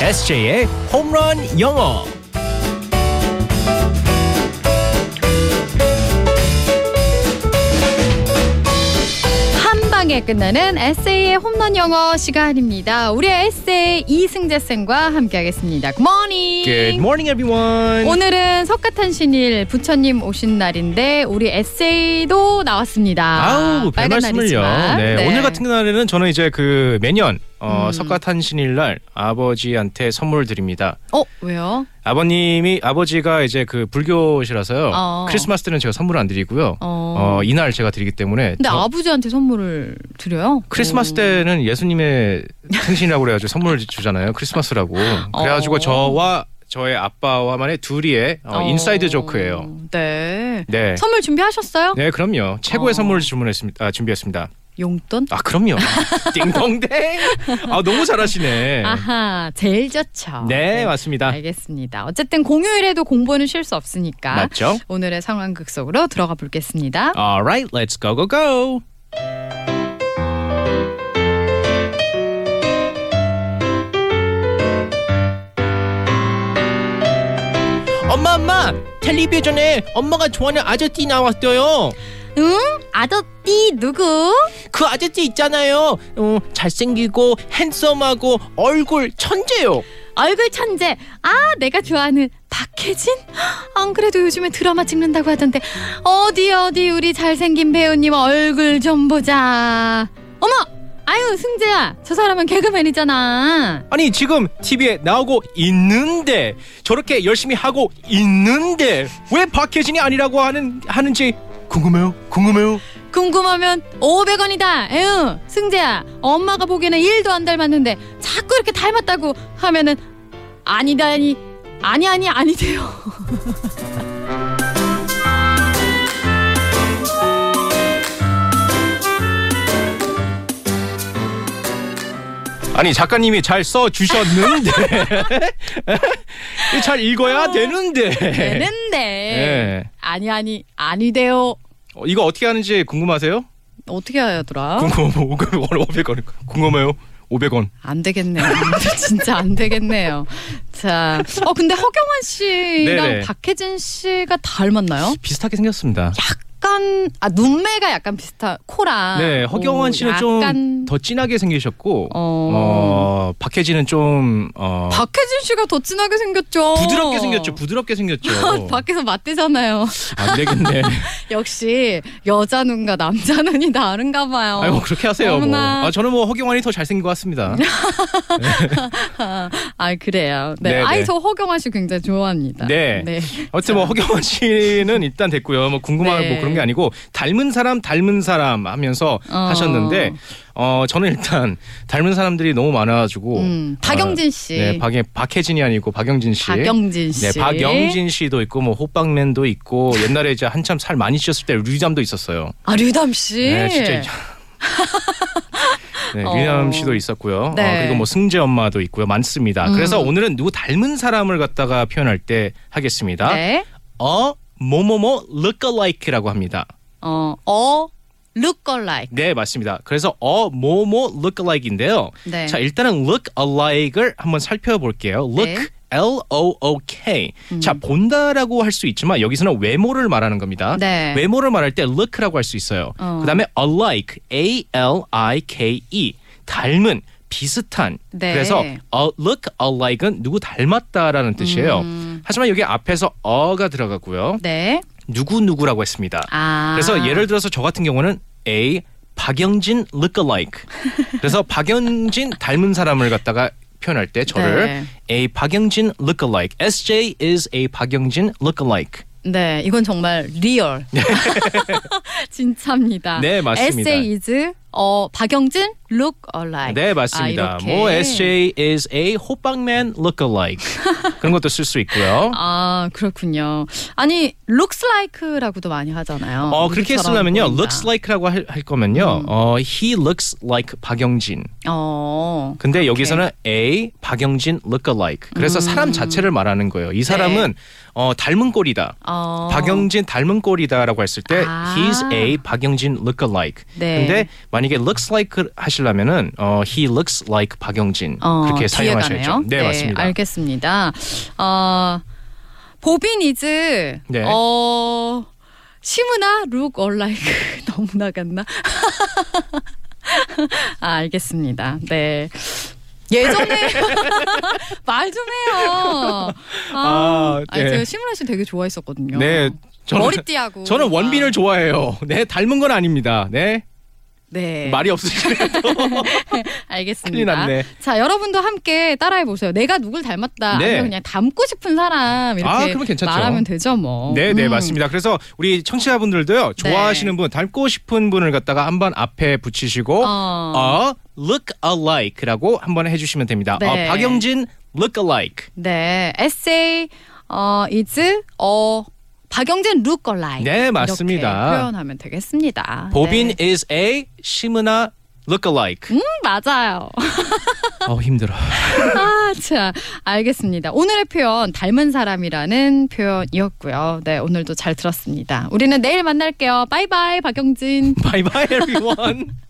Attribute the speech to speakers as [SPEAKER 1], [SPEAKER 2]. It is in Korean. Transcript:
[SPEAKER 1] SJ의 홈런 영어.
[SPEAKER 2] 한 방에 끝나는 에세이의 홈런 영어 시간입니다. 우리 의 에세이 이승재 쌤과 함께하겠습니다. 굿모닝.
[SPEAKER 1] Good morning, everyone.
[SPEAKER 2] 오늘은 석가탄신일 부처님 오신 날인데 우리 에세이도 나왔습니다.
[SPEAKER 1] 아우 별
[SPEAKER 2] 빨간
[SPEAKER 1] 말씀을요.
[SPEAKER 2] 날이지만.
[SPEAKER 1] 네, 오늘 같은 날에는 저는 이제 그 매년 어,
[SPEAKER 2] 음.
[SPEAKER 1] 석가탄신일날 아버지한테 선물을 드립니다.
[SPEAKER 2] 어 왜요?
[SPEAKER 1] 아버님이 아버지가 이제 그 불교시라서요.
[SPEAKER 2] 어.
[SPEAKER 1] 크리스마스 때는 제가 선물 안 드리고요.
[SPEAKER 2] 어.
[SPEAKER 1] 어, 이날 제가 드리기 때문에
[SPEAKER 2] 근데
[SPEAKER 1] 저-
[SPEAKER 2] 아버지한테 선물을 드려요?
[SPEAKER 1] 크리스마스
[SPEAKER 2] 오.
[SPEAKER 1] 때는 예수님의 생신이라고 그래가지고 선물 주잖아요. 크리스마스라고. 그래가지고
[SPEAKER 2] 어.
[SPEAKER 1] 저와 저의 아빠와만의 둘이의 어, 인사이드 조크예요.
[SPEAKER 2] 네.
[SPEAKER 1] 네.
[SPEAKER 2] 선물 준비하셨어요?
[SPEAKER 1] 네, 그럼요. 최고의
[SPEAKER 2] 어.
[SPEAKER 1] 선물을 주문했습니다. 아, 준비했습니다.
[SPEAKER 2] 용돈?
[SPEAKER 1] 아, 그럼요. 띵동댕. 아, 너무 잘하시네.
[SPEAKER 2] 아하, 제일 좋죠.
[SPEAKER 1] 네, 맞습니다.
[SPEAKER 2] 알겠습니다. 어쨌든 공휴일에도 공부는 쉴 수 없으니까
[SPEAKER 1] 맞죠? 아.
[SPEAKER 2] 오늘의 상황극 속으로 들어가 보겠습니다.
[SPEAKER 1] Alright, let's go go go. 엄마 엄마 텔레비전에 엄마가 좋아하는 아저씨 나왔어요.
[SPEAKER 2] 응? 아저씨 누구?
[SPEAKER 1] 그 아저씨 있잖아요. 어, 잘생기고 핸섬하고 얼굴 천재요.
[SPEAKER 2] 얼굴 천재. 아, 내가 좋아하는 박혜진? 안 그래도 요즘에 드라마 찍는다고 하던데 어디 어디 우리 잘생긴 배우님 얼굴 좀 보자. 어머, 아유 승재야, 저 사람은 개그맨이잖아.
[SPEAKER 1] 아니 지금 TV에 나오고 있는데 저렇게 열심히 하고 있는데 왜 박혜진이 아니라고 하는 하는지 궁금해요. 궁금해요.
[SPEAKER 2] 궁금하면 500원이다. 에휴, 승재야, 엄마가 보기에는 1도 안 닮았는데 자꾸 이렇게 닮았다고 하면은 아니다니 아니 아니 아니세요.
[SPEAKER 1] 아니 작가님이 잘 써 주셨는데 잘 읽어야 되는데.
[SPEAKER 2] 되는데
[SPEAKER 1] 예.
[SPEAKER 2] 아니 아니 아니돼요.
[SPEAKER 1] 어, 이거 어떻게 하는지 궁금하세요?
[SPEAKER 2] 어떻게 하더라?
[SPEAKER 1] 궁금하면 500원 궁금해요. 500원.
[SPEAKER 2] 안 되겠네요. 진짜 안 되겠네요. 자, 어 근데 허경환 씨랑
[SPEAKER 1] 네네.
[SPEAKER 2] 박혜진 씨가 닮았나요?
[SPEAKER 1] 비슷하게 생겼습니다.
[SPEAKER 2] 약간 아 눈매가 약간 비슷한 코랑.
[SPEAKER 1] 네, 허경환
[SPEAKER 2] 아, 오,
[SPEAKER 1] 씨는
[SPEAKER 2] 약간-
[SPEAKER 1] 좀 더 진하게 생기셨고
[SPEAKER 2] 어.
[SPEAKER 1] 어, 박혜진은 좀 어,
[SPEAKER 2] 박혜진 어. 씨가 더 진하게 생겼죠.
[SPEAKER 1] 부드럽게 어. 생겼죠. 부드럽게 생겼죠.
[SPEAKER 2] 밖에서 맞대잖아요.
[SPEAKER 1] 안 되겠네.
[SPEAKER 2] 역시 여자 눈과 남자 눈이 다른가 봐요.
[SPEAKER 1] 아이고 그렇게 하세요. 뭐.
[SPEAKER 2] 어. 어머나.
[SPEAKER 1] 아, 저는 뭐 허경환이 더 잘생긴 것 같습니다.
[SPEAKER 2] 아 그래요. 네,
[SPEAKER 1] 네네.
[SPEAKER 2] 아이 저 허경환 씨 굉장히 좋아합니다.
[SPEAKER 1] 네. 아무튼 뭐 허경환 씨는 일단 됐고요. 뭐 궁금한
[SPEAKER 2] 네.
[SPEAKER 1] 뭐 그런 게 아니고 닮은 사람 닮은 사람 하면서
[SPEAKER 2] 어.
[SPEAKER 1] 하셨는데 어 저는 일단 닮은 사람들이 너무 많아가지고
[SPEAKER 2] 음, 박영진 씨.
[SPEAKER 1] 네, 박예 박혜진이 아니고 박영진 씨.
[SPEAKER 2] 박영진 씨.
[SPEAKER 1] 네, 박영진 씨도 있고 뭐 호빵맨도 있고 옛날에 이제 한참 살 많이 찌셨을 때 류잠도 있었어요.
[SPEAKER 2] 아 류담 씨.
[SPEAKER 1] 네, 진짜. 이- 네, 유남
[SPEAKER 2] 어.
[SPEAKER 1] 씨도 있었고요. 어,
[SPEAKER 2] 네. 음.
[SPEAKER 1] 그리고 뭐 승재 엄마도 있고요. 많습니다. 그래서 오늘은 누구 닮은 사람을 갖다가 표현할 때 하겠습니다.
[SPEAKER 2] 네.
[SPEAKER 1] 어 뭐뭐뭐 lookalike라고 합니다.
[SPEAKER 2] 어, 어, look alike.
[SPEAKER 1] 네 맞습니다. 그래서 어 뭐뭐 lookalike인데요.
[SPEAKER 2] 네.
[SPEAKER 1] 자 일단은 lookalike을 한번 살펴볼게요. Look
[SPEAKER 2] 네. 음.
[SPEAKER 1] L O O K. 자 본다라고 할 수 있지만 여기서는 외모를 말하는 겁니다.
[SPEAKER 2] 네.
[SPEAKER 1] 외모를 말할 때 look라고 할 수 있어요.
[SPEAKER 2] 어.
[SPEAKER 1] 그다음에 alike, A L I K E 닮은 비슷한.
[SPEAKER 2] 네.
[SPEAKER 1] 그래서 a look alike은 누구 닮았다라는 뜻이에요.
[SPEAKER 2] 음.
[SPEAKER 1] 하지만 여기 앞에서 어가 들어가고요.
[SPEAKER 2] 네.
[SPEAKER 1] 누구 누구라고 했습니다.
[SPEAKER 2] 아.
[SPEAKER 1] 그래서 예를 들어서 저 같은 경우는 A 박영진 lookalike. 그래서 박영진 닮은 사람을 갖다가 표현할 때
[SPEAKER 2] 네.
[SPEAKER 1] 저를 A 박영진 lookalike. SJ is a 박영진 lookalike.
[SPEAKER 2] 네, 이건 정말 리얼. 진짜입니다.
[SPEAKER 1] 네, 맞습니다.
[SPEAKER 2] 에세이즈 어 박영진 look alike.
[SPEAKER 1] 네 맞습니다.
[SPEAKER 2] 아, 이렇게.
[SPEAKER 1] 뭐 SJ is a 호빵맨 lookalike 그런 것도 쓸 수 있고요.
[SPEAKER 2] 아 그렇군요. 아니 looks like라고도 많이 하잖아요.
[SPEAKER 1] 어 그렇게
[SPEAKER 2] 우리처럼
[SPEAKER 1] 쓰려면요
[SPEAKER 2] 보인다.
[SPEAKER 1] looks like라고 할, 할 거면요
[SPEAKER 2] 음.
[SPEAKER 1] 어 he looks like 박영진.
[SPEAKER 2] 어.
[SPEAKER 1] 근데 여기서는 A 박영진 lookalike 그래서 사람
[SPEAKER 2] 음.
[SPEAKER 1] 자체를 말하는 거예요. 이 사람은 어 닮은 꼴이다.
[SPEAKER 2] 네. 어.
[SPEAKER 1] 박영진 닮은 꼴이다라고 했을 때
[SPEAKER 2] 아.
[SPEAKER 1] he's a 박영진 lookalike.
[SPEAKER 2] 네.
[SPEAKER 1] 근데 만약에 looks like 하시려면은 어, he looks like 박영진
[SPEAKER 2] 어,
[SPEAKER 1] 그렇게
[SPEAKER 2] 뒤에
[SPEAKER 1] 사용하셔야죠.
[SPEAKER 2] 가네요.
[SPEAKER 1] 네, 맞습니다.
[SPEAKER 2] 알겠습니다. 어, 보빈 이즈
[SPEAKER 1] 네.
[SPEAKER 2] 어 시무나 룩 얼라이크 너무 나갔나? 아, 알겠습니다. 네. 예전에 말 좀 해요. 아,
[SPEAKER 1] 아,
[SPEAKER 2] 아니,
[SPEAKER 1] 네.
[SPEAKER 2] 제가 시무나 씨 되게 좋아했었거든요.
[SPEAKER 1] 네, 저는
[SPEAKER 2] 머리띠하고
[SPEAKER 1] 저는 원빈을 좋아해요. 네, 닮은 건 아닙니다. 네,
[SPEAKER 2] 네.
[SPEAKER 1] 말이 없으시네요. 큰일
[SPEAKER 2] 알겠습니다.
[SPEAKER 1] 났네.
[SPEAKER 2] 자, 여러분도 함께 따라해 보세요. 내가 누굴 닮았다.
[SPEAKER 1] 네.
[SPEAKER 2] 아니면 그냥 닮고 싶은 사람
[SPEAKER 1] 아,
[SPEAKER 2] 이렇게
[SPEAKER 1] 그러면 괜찮죠.
[SPEAKER 2] 말하면 되죠, 뭐.
[SPEAKER 1] 네, 네,
[SPEAKER 2] 음. 네.
[SPEAKER 1] 맞습니다. 그래서 우리 청취자분들도요, 좋아하시는 분, 닮고 싶은 분을 갖다가 한번 앞에 붙이시고,
[SPEAKER 2] 어.
[SPEAKER 1] 어, look alike라고 한번 해주시면 됩니다.
[SPEAKER 2] 네.
[SPEAKER 1] 어, 박영진 look alike.
[SPEAKER 2] 네. 에세이 어 이즈 어 박영진 룩걸라이.
[SPEAKER 1] 네, 맞습니다.
[SPEAKER 2] 이렇게 표현하면 되겠습니다.
[SPEAKER 1] 보빈
[SPEAKER 2] 네.
[SPEAKER 1] is a 심은아 look alike.
[SPEAKER 2] 음, 맞아요.
[SPEAKER 1] 어, 힘들어.
[SPEAKER 2] 아, 자, 알겠습니다. 오늘의 표현 닮은 사람이라는 표현이었고요. 네, 오늘도 잘 들었습니다. 우리는 내일 만날게요. 바이바이 박영진.
[SPEAKER 1] Bye bye, everyone.